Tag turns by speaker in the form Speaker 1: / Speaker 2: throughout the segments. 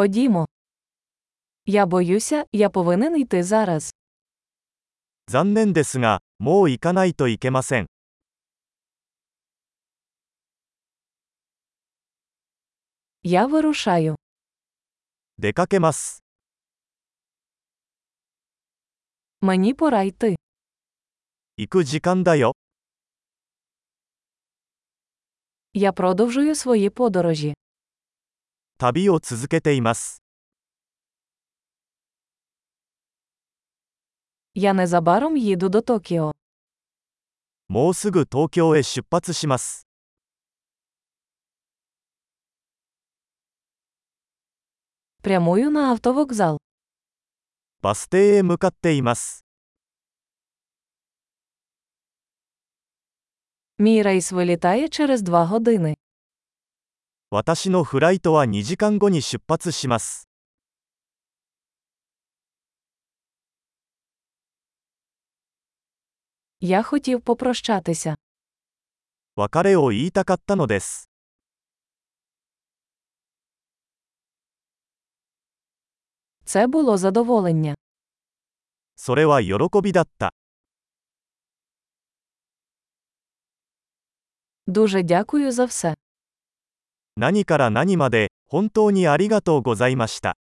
Speaker 1: Ходімо. Я боюся, я повинен йти зараз.
Speaker 2: 残念ですが、もう行かないといけません。
Speaker 1: Я вирушаю.
Speaker 2: 出かけます。
Speaker 1: Мені пора йти.
Speaker 2: 行く時間だよ。
Speaker 1: Я продовжую свої подорожі.
Speaker 2: 旅を続けています。
Speaker 1: Я незабаром їду до Токіо.
Speaker 2: もうすぐ東京へ出発します。
Speaker 1: Прямую на автовокзал.
Speaker 2: バス停へ向かっています。
Speaker 1: Мій рейс вилітає через два години.
Speaker 2: 私のフライトは2時間後に出発します。
Speaker 1: Я хотів попрощатися.
Speaker 2: 別れを言いたかったのです。
Speaker 1: Це було задоволення.
Speaker 2: それは喜びだった。
Speaker 1: Дуже дякую за все.
Speaker 2: 何から何まで、本当にありがとうございました。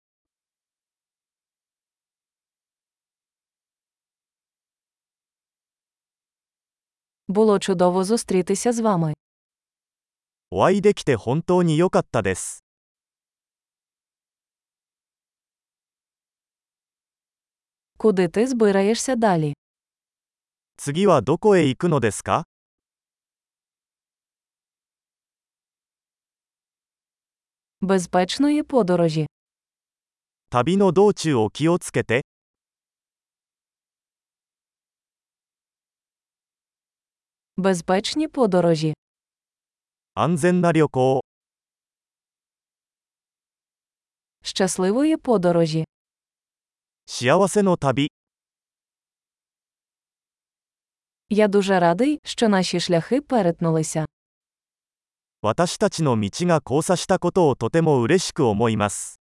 Speaker 1: Було чудово зустрітися з вами.
Speaker 2: お会いできて本当に良かったです。
Speaker 1: Куди ти збираєшся далі?
Speaker 2: 次はどこへ行くのですか
Speaker 1: Безпечної подорожі.
Speaker 2: 旅の道中を気をつけて、
Speaker 1: Безпечні подорожі.
Speaker 2: 安全な旅行を。
Speaker 1: Щасливої подорожі.
Speaker 2: 幸せの旅
Speaker 1: Я дуже радий, що наші шляхи перетнулися.
Speaker 2: 私たちの道が交差したことをとても嬉しく思います